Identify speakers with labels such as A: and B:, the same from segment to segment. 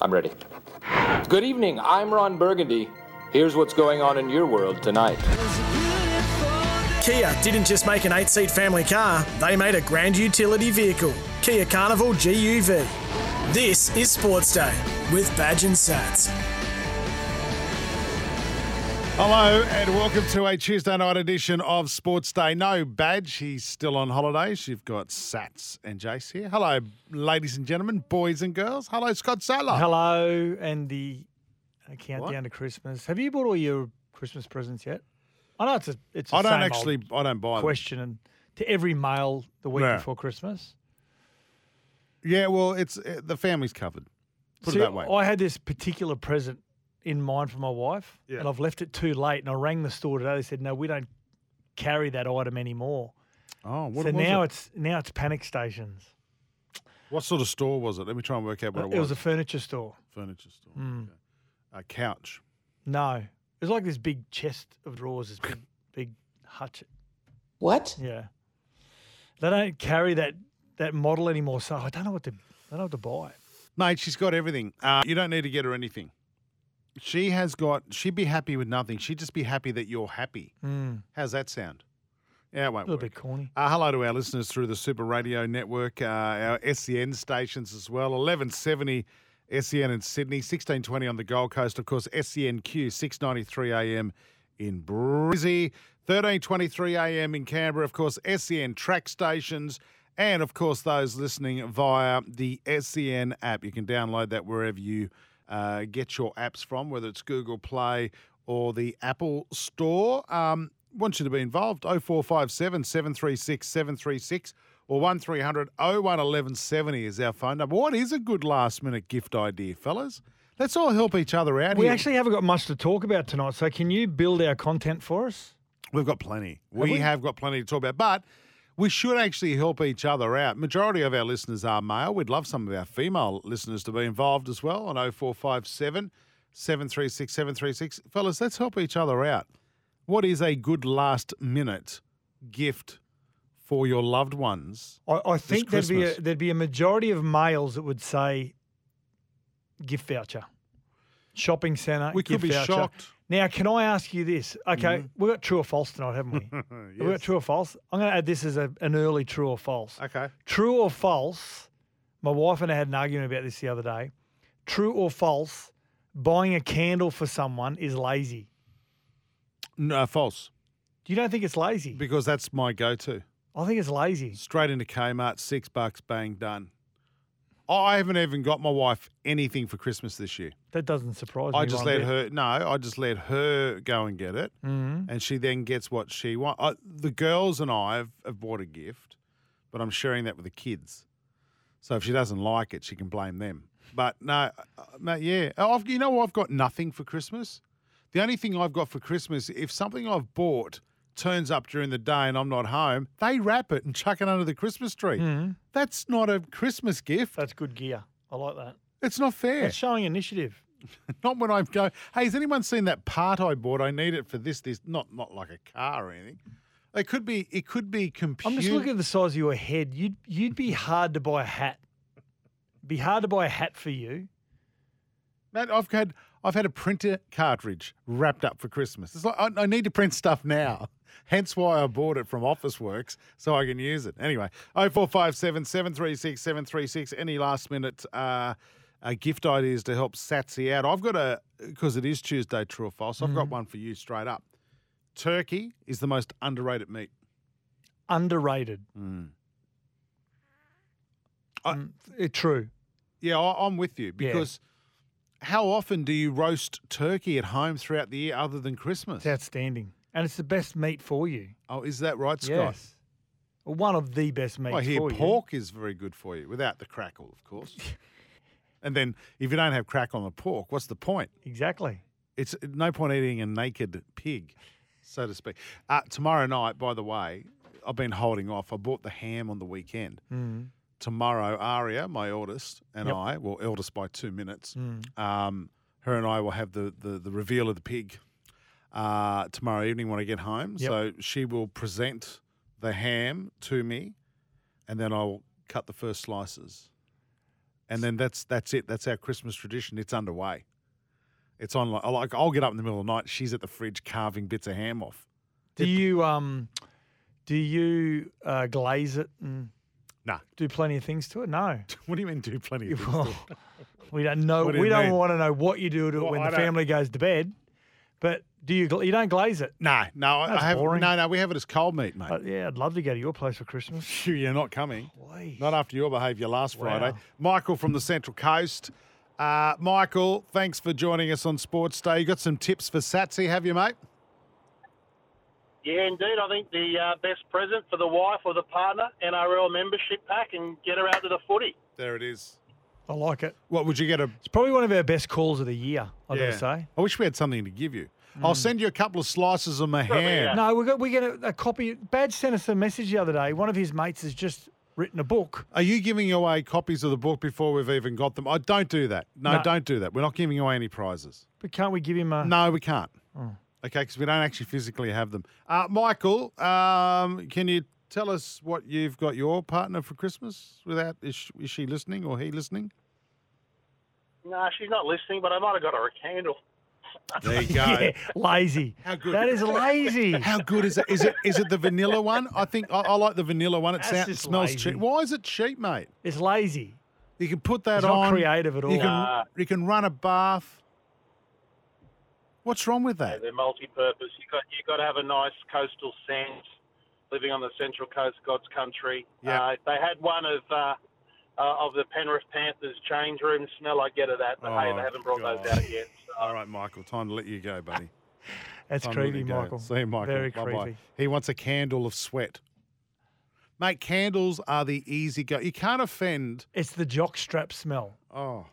A: I'm ready. Good evening. I'm Ron Burgundy. Here's what's going on in your world tonight.
B: Kia didn't just make an eight seat family car, they made a grand utility vehicle, Kia Carnival GUV. This is Sports Day with Badge and Sats.
C: Hello and welcome to a Tuesday night edition of Sports Day. No badge, he's still on holidays. You've got Sats and Jace here. Hello, ladies and gentlemen, boys and girls. Hello, Scott Saylor.
D: Hello and the uh, countdown
C: What?
D: to Christmas. Have you bought all your Christmas presents yet? I know it's a it's. a
C: I don't
D: same
C: actually,
D: old
C: I don't buy them.
D: question and to every male the week
C: Yeah.
D: before Christmas.
C: Yeah, well, it's uh, the family's covered. Put
D: See,
C: it that way.
D: I had this particular present in mind for my wife,
C: Yeah.
D: and I've left it too late. And I rang the store today. They said, "No, we don't carry that item anymore."
C: oh, what
D: so
C: was
D: now
C: it?
D: it's now it's panic stations.
C: What sort of store was it? Let me try and work out what
D: Uh,
C: it
D: it was
C: was.
D: a furniture store. Hmm.
C: furniture store. Okay. A couch.
D: No, it was like this big chest of drawers, this big big hutch
E: What?
D: Yeah. They don't carry that that model anymore, so I don't know what to I don't know what to buy.
C: Mate, she's got everything. Uh, you don't need to get her anything. She has got, she'd be happy with nothing. She'd just be happy that you're happy. How's that sound? Yeah, it
D: A
C: won't
D: little
C: work.
D: bit corny.
C: Uh, hello to our listeners through the Super Radio Network, uh, our SEN stations as well, 1170 SEN E in Sydney, 1620 on the Gold Coast, of course, E SENQ, 693 AM in Brizzy, 1323 AM in Canberra, of course, E SEN track stations, and of course, those listening via the SEN E app. You can download that wherever you uh, get your apps from, whether it's Google Play or the Apple Store. Um, want you to be involved. 0457 736 736 or 1300 01 1170 is our phone number. What is a good last minute gift idea, fellas? Let's all help each other out
D: We
C: here.
D: actually haven't got much to talk about tonight, so can you build our content for us?
C: We've got plenty. we, have got plenty to talk about, but we should actually help each other out. Majority of our listeners are male. We'd love some of our female listeners to be involved as well on 0457 736 736. Fellas, let's help each other out. What is a good last minute gift for your loved ones?
D: I, I think there'd be a,
C: Christmas.
D: there'd be a majority of males that would say gift voucher, shopping centre.
C: We could
D: gift
C: be
D: voucher.
C: shocked. Mm-hmm.
D: Now, can I ask you this? Okay, we've got true or false tonight, haven't we? We've got true or false. I'm going to add this as a, an early true or false.
C: Okay.
D: True or false? My wife and I had an argument about this the other day. True or false? Buying a candle for someone is lazy.
C: No, uh, false,
D: You don't think it's lazy?
C: because that's my go to.
D: I think it's lazy.
C: Straight into Kmart, six bucks, bang, done. I haven't even got my wife anything for Christmas this year.
D: That doesn't surprise me.
C: I just
D: one
C: let
D: bit.
C: her. No, I just let her go and get it, and she then gets what she wants. I, the girls and I have, have bought a gift, but I'm sharing that with the kids. So if she doesn't like it, she can blame them. But no, uh, mate, yeah, I've, you know I've got nothing for Christmas. The only thing I've got for Christmas, if something I've bought turns up during the day and I'm not home, they wrap it and chuck it under the Christmas tree. That's not a Christmas gift.
D: That's good gear. I like that.
C: It's not fair.
D: It's showing initiative.
C: Not when I'm going. Hey, has anyone seen that part I bought? I need it for this. This not not like a car or anything. It could be. It could be computer.
D: I'm just looking at the size of your head. You'd you'd be hard to buy a hat. Be hard to buy a hat for you.
C: Mate, I've had I've had a printer cartridge wrapped up for Christmas. It's like I, I need to print stuff now. Hence why I bought it from Office Works so I can use it. Anyway, 0457 736 736. Any last minute uh, uh, gift ideas to help Satsy out? I've got a, because it is Tuesday, true or false, I've got one for you straight up. Turkey is the most underrated meat.
D: Underrated.
C: I-
D: Mm, eh, true.
C: Yeah, I, I'm with you
D: Mm, eh, Yeah.
C: because
F: How often do you roast turkey at home throughout the year other than Christmas?
D: It's outstanding. And it's the best meat for you.
F: Oh, is that right, Scott?
D: Yes. Well, one of the best meats
F: I hear
D: for
F: pork is very good for you, without the crackle, of course. and then if you don't have crackle on the pork, what's the point?
D: you. Exactly.
F: It's no point eating a naked pig, so to speak. Uh, tomorrow night, by the way, I've been holding off. I bought the ham on the weekend. Tomorrow, Aria, my eldest, and
D: Yep.
F: I, well, eldest by two minutes, um, her and I will have the, the, the reveal of the pig uh, tomorrow evening when I get home.
D: Yep.
F: So she will present the ham to me, and then I'll cut the first slices. And then that's that's it. That's our Christmas tradition. It's underway. It's on like, like I'll get up in the middle of the night. She's at the fridge carving bits of ham off.
D: Do you um, do you uh, glaze it and
F: Nah.
D: do plenty of things to it? No,
F: What do you mean? Do plenty of things?
D: Well, we don't know.
F: What do
D: we
F: you
D: don't
F: mean?
D: want to know what you do to it
F: Well,
D: when
F: I
D: the
F: don't-
D: family goes to bed. But do you? gla- You don't glaze it.
F: No, no, I-
D: That's
F: I have
D: boring.
F: no, no. We have it as cold meat, mate.
D: But yeah, I'd love to go to your place for Christmas.
F: You're not coming.
D: Please.
F: Not after your behaviour last Friday.
D: Wow.
F: Michael from the Central Coast. Uh, Michael, thanks for joining us on Sports Day. You got some tips for Satsy, have you, mate?
G: Yeah, indeed. I think the uh, best present for the wife or the partner, NRL membership pack, and get her out to the footy.
F: There it is.
D: I like it.
F: What would you get a?
D: It's probably one of our best calls of the year. I gotta say.
F: I wish we had something to give you. I'll send you a couple of slices of my ham.
D: No, we got we get a, a copy. Badge sent us a message the other day. One of his mates has just written a book.
F: Are you giving away copies of the book before we've even got them? I don't do that. No,
D: No.
F: don't do that. We're not giving away any prizes.
D: But can't we give him a?
F: No, we can't. Okay, because we don't actually physically have them. Uh, Michael, um, can you tell us what you've got your partner for Christmas? Without is she, is she listening or he listening?
G: No, she's not listening, but I might have got her a candle.
F: There you go.
D: Yeah, lazy.
F: How good.
D: That is lazy.
F: How good is it? Is it is it the vanilla one? I think I, I like the vanilla one. It
D: That's
F: sounds,
D: just
F: smells
D: lazy.
F: cheap. Why is it cheap, mate?
D: It's lazy.
F: You can put that
D: It's
F: on.
D: not creative at all.
F: You can
G: Nah.
F: you can run a bath. What's wrong with that?
G: They're multi-purpose. You got you got to have a nice coastal sense. Living on the central coast, God's country.
F: Yeah.
G: Uh, if they had one of uh, uh, of the Penrith Panthers change room smell, I get it at. But hey,
F: Oh,
G: they haven't brought
F: God.
G: those out yet. So.
F: All right, Michael. Time to let you go, buddy.
D: That's
F: Time to let
D: creepy,
F: you go.
D: Michael.
F: See you, Michael.
D: Very
F: Bye-bye.
D: creepy.
F: He wants a candle of sweat. Mate, candles are the easy go. You can't offend.
D: It's the jock strap smell.
F: Oh.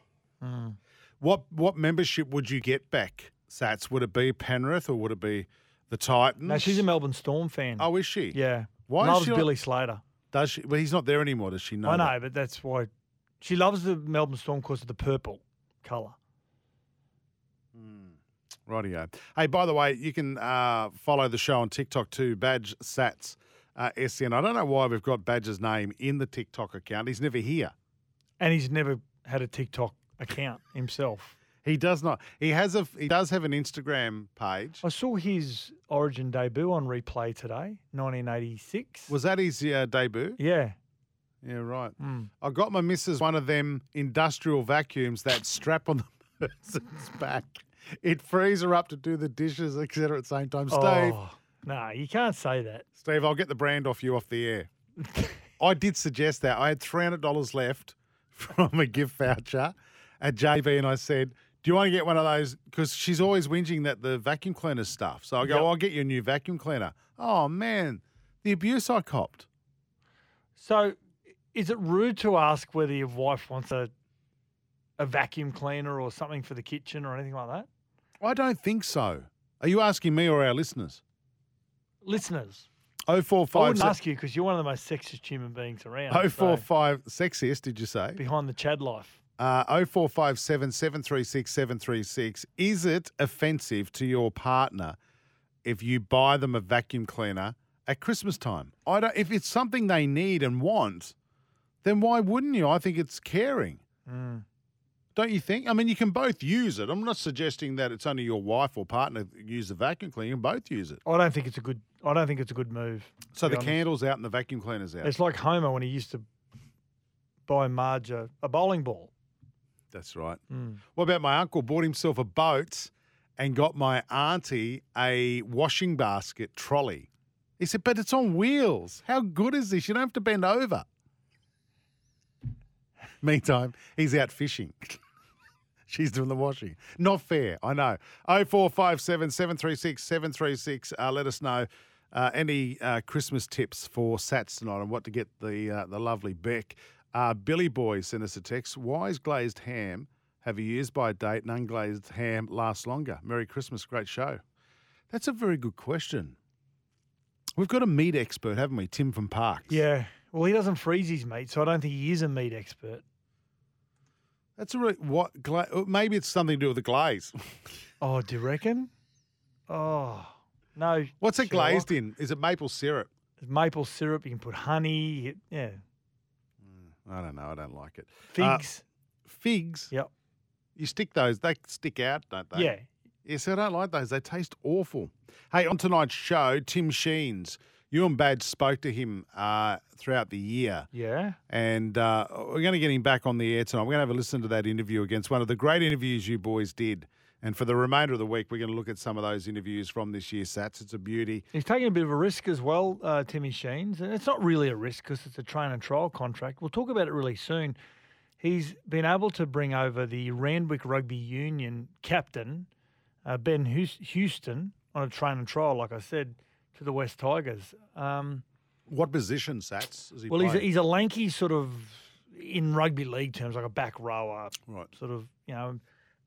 F: What what membership would you get back, Sats? Would it be Penrith or would it be the Titans?
D: No, she's a Melbourne Storm fan.
F: Oh, is she?
D: yeah.
F: Why is
D: loves
F: she not-
D: Billy Slater?
F: Does she? Well, he's not there anymore. Does she know?
D: I know,
F: that?
D: but that's why she loves the Melbourne Storm because of the purple colour.
F: Rightio. Hey, by the way, you can uh, follow the show on TikTok too, Badge Sats uh, SN. I don't know why we've got Badge's name in the TikTok account. He's never here.
D: And he's never had a TikTok account himself.
F: He does not. He has a. He does have an Instagram page.
D: I saw his Origin debut on replay today, 1986.
F: Was that his uh, debut?
D: yeah.
F: Yeah, right.
D: Hmm.
F: I got my missus one of them industrial vacuums that strap on the person's back. It frees her up to do the dishes, etc. At the same time, Steve.
D: Oh, no, you can't say that.
F: Steve, I'll get the brand off you off the air. I did suggest that. I had three hundred dollars left from a gift voucher at JB, and I said, "Do you want to get one of those?" Because she's always whinging that the vacuum cleaner stuff. So I go,
D: Yep.
F: "I'll get you a new vacuum cleaner." Oh man, the abuse I copped.
D: So, is it rude to ask whether your wife wants a a vacuum cleaner or something for the kitchen or anything like that?
F: I don't think so. Are you asking me or our listeners?
D: Listeners,
F: Oh four
D: I
F: five.
D: wouldn't ask you because you're one of the most sexist human beings around.
F: Oh four
D: so
F: five sexiest. Did you say?
D: behind the Chad life.
F: Uh, 0457 736 736. Is it offensive to your partner if you buy them a vacuum cleaner at Christmas time? I don't, if it's something they need and want, then why wouldn't you? I think it's caring.
D: Mm.
F: Don't you think? I mean, you can both use it. I'm not suggesting that it's only your wife or partner that use the vacuum cleaner. You can both use it.
D: I don't think it's a good. I don't think it's a good move.
F: So
D: to be
F: the
D: honest.
F: candle's out and the vacuum cleaner's out.
D: It's like Homer when he used to buy Marge a, a bowling ball.
F: That's right. What about my uncle? Bought himself a boat and got my auntie a washing basket trolley. He said, but it's on wheels. How good is this? You don't have to bend over. Meantime, he's out fishing. She's doing the washing. Not fair, I know. 0457 736 736. Uh, let us know uh, any uh, Christmas tips for Sats tonight and what to get the uh, the lovely Beck. Uh, Billy Boy sent us a text. Why is glazed ham have a years by date and unglazed ham lasts longer? Merry Christmas, great show. That's a very good question. We've got a meat expert, haven't we? Tim from Parks.
D: Yeah. Well, he doesn't freeze his meat, so I don't think he is a meat expert.
F: That's a really, what gla- oh, maybe it's something to do with the glaze.
D: Oh, do you reckon? Oh, no.
F: What's it
D: Sherlock.
F: glazed in? Is it maple syrup?
D: There's maple syrup. You can put honey. you- Yeah.
F: I don't know. I don't like it. Uh,
D: Figs.
F: figs.
D: yep.
F: You stick those. They stick out, don't they?
D: Yeah.
F: Yes, I don't like those. They taste awful. Hey, on tonight's show, Tim Sheens, you and Badge spoke to him uh, throughout the year.
D: Yeah.
F: And uh, we're going to get him back on the air tonight. We're going to have a listen to that interview against one of the great interviews you boys did. And for the remainder of the week, we're going to look at some of those interviews from this year, Sats. It's a beauty.
D: He's taking a bit of a risk as well, uh, Timmy Sheens. And it's not really a risk because it's a train and trial contract. We'll talk about it really soon. He's been able to bring over the Randwick Rugby Union captain, uh, Ben Hous- Houston, on a train and trial, like I said, to the West Tigers. Um,
F: What position, Sats? Is he
D: well, he's a,
F: playing?
D: he's a lanky sort of, in rugby league terms, like a back rower,
F: Right.
D: sort of, you know,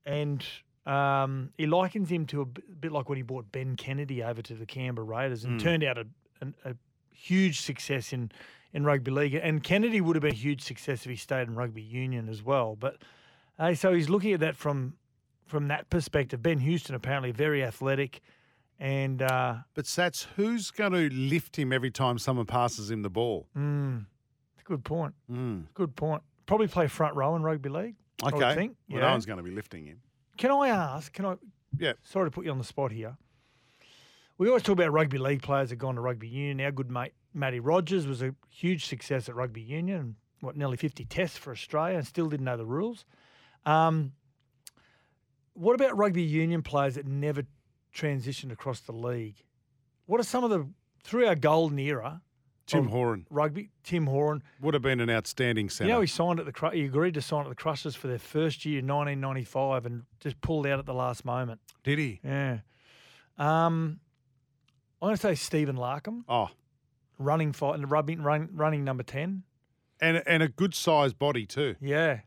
D: and um, he likens him to a b- bit like when he brought Ben Kennedy over to the Canberra Raiders and turned out a, an a huge success in, in rugby league. And Kennedy would have been a huge success if he stayed in rugby union as well. But uh, so he's looking at that from from that perspective. Ben Houston apparently very athletic, and uh,
F: But Sats, who's going to lift him every time someone passes him the ball?
D: mm, it's a good point.
F: Mm.
D: Good point. Probably play front row in rugby league. I would
F: Okay.
D: think,
F: Well,
D: yeah.
F: no one's going to be lifting him.
D: Can I ask? Can I?
F: Yeah.
D: Sorry to put you on the spot here. We always talk about rugby league players that have gone to rugby union. Our good mate Matty Rogers was a huge success at rugby union. What nearly fifty tests for Australia and still didn't know the rules. Um, what about rugby union players that never transitioned across the league? What are some of the through our golden era
F: Tim
D: Oh.
F: Horan
D: rugby? Tim Horan,
F: would have been an outstanding centre.
D: you know, he signed at the Cru- he agreed to sign at the Crushers for their first year in 1995 and just pulled out at the last moment.
F: Did he?
D: Yeah. Um, I'm going to say Stephen Larkham,
F: Oh,
D: running fight and rubbing run, running number ten.
F: and and a good sized body too.
D: Yeah.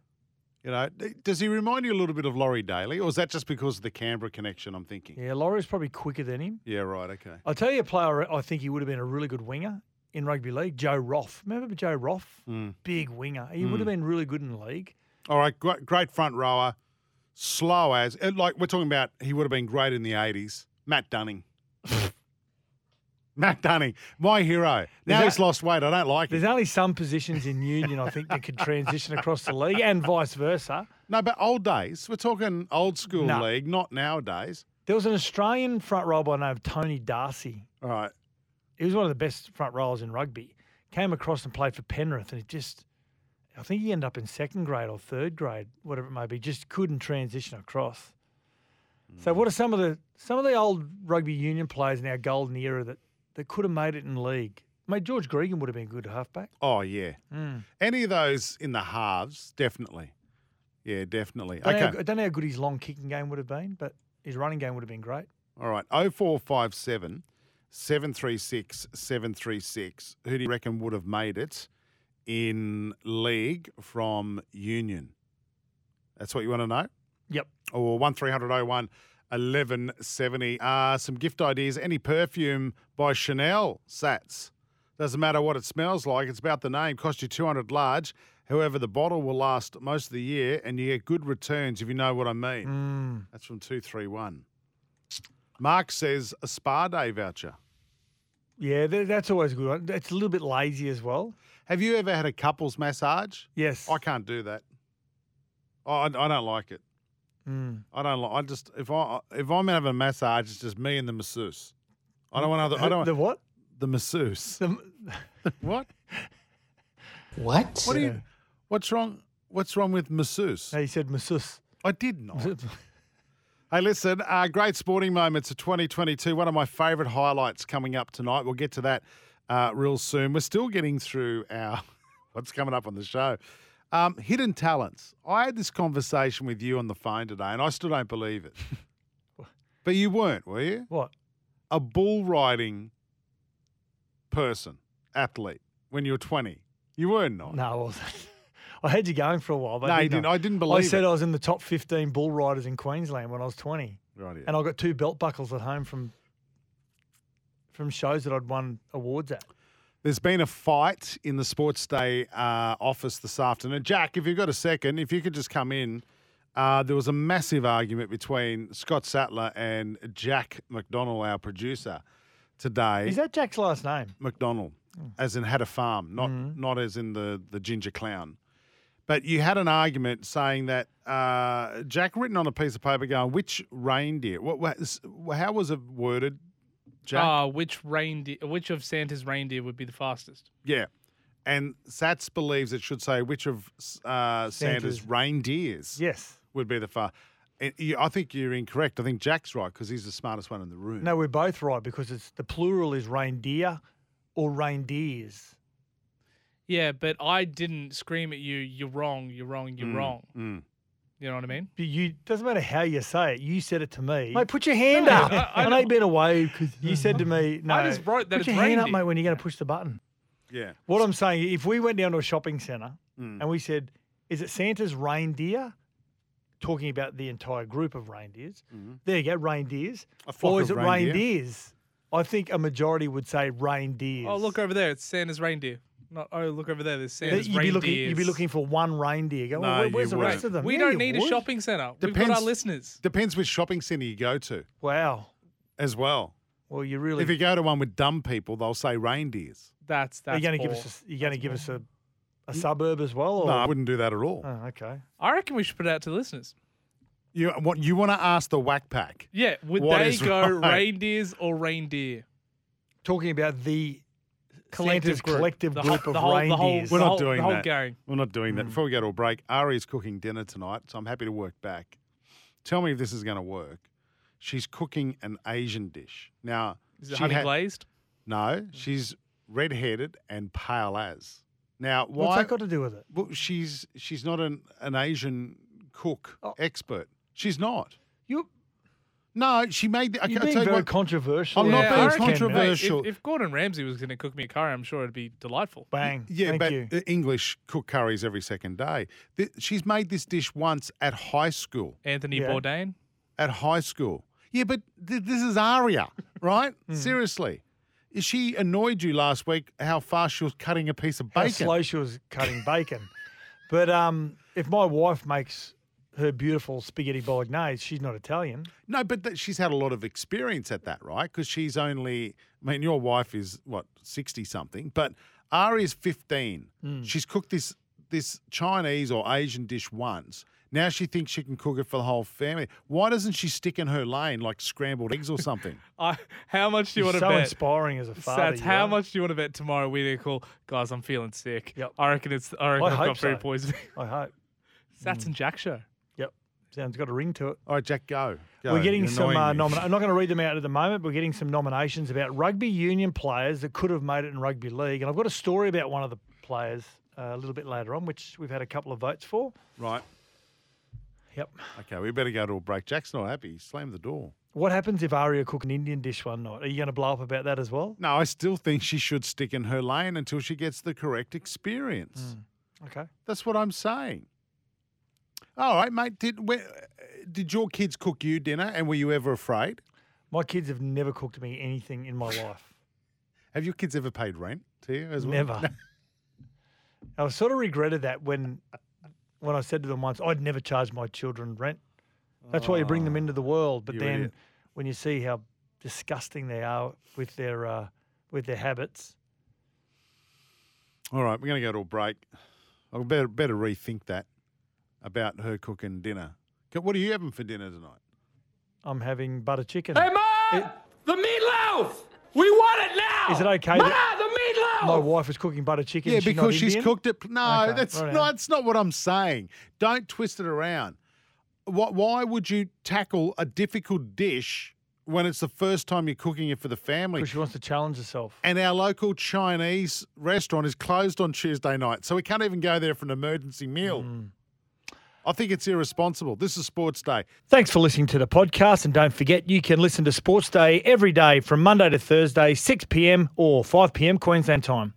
F: You know, D- does he remind you a little bit of Laurie Daly, or is that just because of the Canberra connection? I'm thinking.
D: Yeah. Laurie's probably quicker than him.
F: Yeah, right. Okay.
D: I'll tell you a player I think he would have been a really good winger in rugby league, Joe Roff. Remember Joe Roff? Big winger. He would have been really good in the league.
F: All right. Great, great front rower, slow as and like we're talking about. He would have been great in the '80s. Matt Dunning. Matt Dunning, my hero. Now
D: that-
F: he's lost weight. I don't like him.
D: There's only some positions in union I think that could transition across the league and vice versa.
F: No, but old days. We're talking old school
D: No.
F: league, not nowadays.
D: There was an Australian front row by the name of Tony Darcy
F: All right.
D: he was one of the best front rowers in rugby. Came across and played for Penrith, and it just, I think he ended up in second grade or third grade, whatever it may be. Just couldn't transition across. So,
F: Hmm.
D: what are some of the some of the old rugby union players in our golden era that that could have made it in the league? Mate, George Gregan would have been a good halfback.
F: Oh yeah.
D: Hmm.
F: Any of those in the halves, definitely. Yeah, definitely.
D: Don't know how
F: okay.
D: go- I don't know how good his long kicking game would have been, but his running game would have been great.
F: All right. 0457 736 736. Who do you reckon would have made it in league from Union? That's what you want to know?
D: Yep.
F: Or 1300 01 1170. Uh, some gift ideas. Any perfume by Chanel Sats. Doesn't matter what it smells like, it's about the name. Cost you 200 large. However, the bottle will last most of the year and you get good returns if you know what I mean. That's from 231. Mark says a spa day voucher.
D: Yeah, th- that's always a good one. That's a little bit lazy as well.
F: Have you ever had a couples massage?
D: Yes.
F: I can't do that. I, I don't like it.
D: Mm.
F: I don't like. I just if I if I'm having a massage, it's just me and the masseuse. I don't want other. I don't
D: the
F: want
D: what?
F: the masseuse.
D: The-
F: What? what? What are you? What's wrong? What's wrong with masseuse?
D: no, you said masseuse.
F: I did not. Hey, listen, uh, great sporting moments of 2022. One of my favourite highlights coming up tonight. We'll get to that uh, real soon. We're still getting through our what's coming up on the show. Um, hidden talents. I had this conversation with you on the phone today, and I still don't believe it. but you weren't, were you?
D: What?
F: a bull riding person, athlete, when you were 20. You were not.
D: No, I wasn't. I had you going for a while, but
F: No,
D: I
F: you
D: didn't.
F: didn't. I didn't believe
D: I said
F: it.
D: I was in the top fifteen bull riders in Queensland when I was twenty,
F: Right here.
D: and I got two belt buckles at home from from shows that I'd won awards at.
F: There's been a fight in the Sports Day uh, office this afternoon. Jack, if you've got a second, if you could just come in. Uh, there was a massive argument between Scott Sattler and Jack McDonnell, our producer, today.
D: Is that Hmm. Jack's last name?
F: McDonald, as in had a farm, not
D: Hmm.
F: not as in the the ginger clown. But you had an argument saying that uh, Jack written on a piece of paper going, which reindeer? What, what s- how was it worded, Jack?
D: Oh,
B: Ah, which reindeer? Which of Santa's reindeer would be the fastest?
F: yeah. And Sats believes it should say which of uh, Santa's,
D: Santa's-
F: reindeers
D: Yes.
F: would be the far. And you, I think you're incorrect. I think Jack's right because he's the smartest one in the room.
D: No, we're both right because it's the plural is reindeer or reindeers.
B: Yeah, but I didn't scream at you. You're wrong. You're wrong.
F: Mm,
B: You're wrong. You know what I mean?
D: But you doesn't matter how you say it. You said it to me. Mate, put your hand up. I, know you've been away because you said to me, no.
B: I just wrote that
D: Put
B: it's
D: your hand up,
B: reindeer."
D: mate, when you're going to push the button.
F: Yeah.
D: What I'm saying, if we went down to a shopping centre
F: Hmm.
D: and we said, is it Santa's reindeer? Talking about the entire group of reindeers. There you go, reindeers.
F: Hmm. A flock
D: Or is it
F: of reindeer.
D: reindeers? I think a majority would say reindeers.
B: Oh, look over there. It's Santa's reindeer. Not oh, look over there. There's
D: That
B: Santa's
D: You'd be,
B: reindeer.
D: looking, you'd be looking for one reindeer. Go, well,
F: No,
D: where- where's
F: you
D: the rest
F: wouldn't.
D: of them?
B: We
D: Yeah,
B: don't
D: you
B: need a
D: would.
B: shopping centre. We've got
F: Depends-
B: our listeners.
F: Depends which shopping centre you go to
D: Wow.
F: as well.
D: Well, you really.
F: If you go to one with dumb people, they'll say reindeers.
B: That's
D: Are
B: that's.
D: you going to give
B: poor.
D: us? A, s- you going to give us a, a suburb as well? Or?
F: Mm. No, I wouldn't do that at all.
D: Oh, okay.
B: I reckon we should put it out to the listeners.
F: You what you want to ask the whack pack?
B: Yeah, would
F: What
B: they
F: is
B: go
F: right?
B: reindeers or reindeer?
D: Talking about the Santa's
B: Collective group.
D: collective
B: The whole-
D: group of
B: the whole- the whole-
D: reindeers.
F: We're
B: The
F: not
B: whole-
F: doing
B: the whole
F: that.
B: gang.
F: We're not doing that. Before we go to a break, Ari's cooking dinner tonight, so I'm happy to work back. Tell me if this is going to work. She's cooking an Asian dish now.
B: Is it
F: she
B: honey
F: ha-
B: glazed?
F: No, she's red-headed and pale as. Now, why?
D: What's that got to do with it?
F: well, she's she's not an, an Asian cook
D: Oh.
F: expert. She's not.
D: You're,
F: No, she made. The, I,
D: you're
F: I
D: being
F: tell you
D: very
F: what,
D: controversial.
F: I'm not
D: there,
F: being
B: I
D: Ken,
B: reckon-
D: mate.
F: controversial.
B: If, if Gordon Ramsay was going to cook me a curry, I'm sure it'd be delightful.
D: Bang.
F: Yeah,
D: Thank
F: but
D: you.
F: uh, English cook curries every second day. Th- she's made this dish once at high school.
B: Anthony
D: Yeah.
B: Bourdain.
F: At high school. Yeah, but th- this is Aria, right?
D: Hmm.
F: Seriously. She annoyed you last week how fast she was cutting a piece of
D: How
F: bacon.
D: slow she was cutting bacon. but um, if my wife makes her beautiful spaghetti bolognese, she's not Italian.
F: No, but th- she's had a lot of experience at that, right? Because she's only, I mean, your wife is what, 60 something, but Aria's 15.
D: Hmm.
F: She's cooked this this Chinese or Asian dish once. Now she thinks she can cook it for the whole family. Why doesn't she stick in her lane like scrambled eggs or something?
B: I, how much do you
D: You're
B: want to
D: so
B: bet?
D: inspiring as a father.
B: Sats,
D: you
B: how
D: are.
B: much do you want to bet tomorrow we gonna call? Guys, I'm feeling sick.
D: Yep.
B: I reckon it's. I
D: I
B: reckon I have
D: hope
B: got food
D: so. Hmm.
B: poisoning.
D: I hope.
B: Sats and Jack show.
D: Yep. Sounds got a ring to it.
F: All right, Jack, go. Go.
D: We're getting
F: You're
D: some
F: annoying
D: uh,
F: me.
D: nominations. I'm not going to read them out at the moment. But we're getting some nominations about rugby union players that could have made it in rugby league, and I've got a story about one of the players uh, a little bit later on, which we've had a couple of votes for.
F: Right.
D: Yep.
F: Okay, we better go to a break. Jack's not happy. He slammed the door.
D: What happens if Aria cook an Indian dish one night? Are you going to blow up about that as well?
F: No, I still think she should stick in her lane until she gets the correct experience.
D: Okay.
F: That's what I'm saying. All right, mate. Did where, did your kids cook you dinner, and were you ever afraid?
D: My kids have never cooked me anything in my life.
F: Have your kids ever paid rent to you as well?
D: Never. I sort of regretted that when when I said to them once, I'd never charge my children rent. That's why you bring them into the world. But
F: Ah, you
D: then
F: idiot.
D: when you see how disgusting they are with their uh, with their habits,
F: All right, we're going to go to a break. I better better rethink that about her cooking dinner. Co- What are you having for dinner tonight?
D: I'm having butter chicken.
A: Hey, Mom! the meatloaf! We want it now!
D: Is it okay
A: Ma,
D: that-
A: the meatloaf!
D: my wife is cooking butter chicken.
F: yeah,
D: she's not
F: because she's
D: Indian.
F: cooked it. No,
D: Okay,
F: that's
D: right
F: not.
D: on.
F: That's not what I'm saying. Don't twist it around. Why, why would you tackle a difficult dish when it's the first time you're cooking it for the family.
D: because she wants to challenge herself.
F: And our local Chinese restaurant is closed on Tuesday night, so we can't even go there for an emergency meal.
D: Mm.
F: I think it's irresponsible. This is Sports Day.
D: Thanks for listening to the podcast. And don't forget, you can listen to Sports Day every day from Monday to Thursday, 6 p.m. or 5 p.m. Queensland time.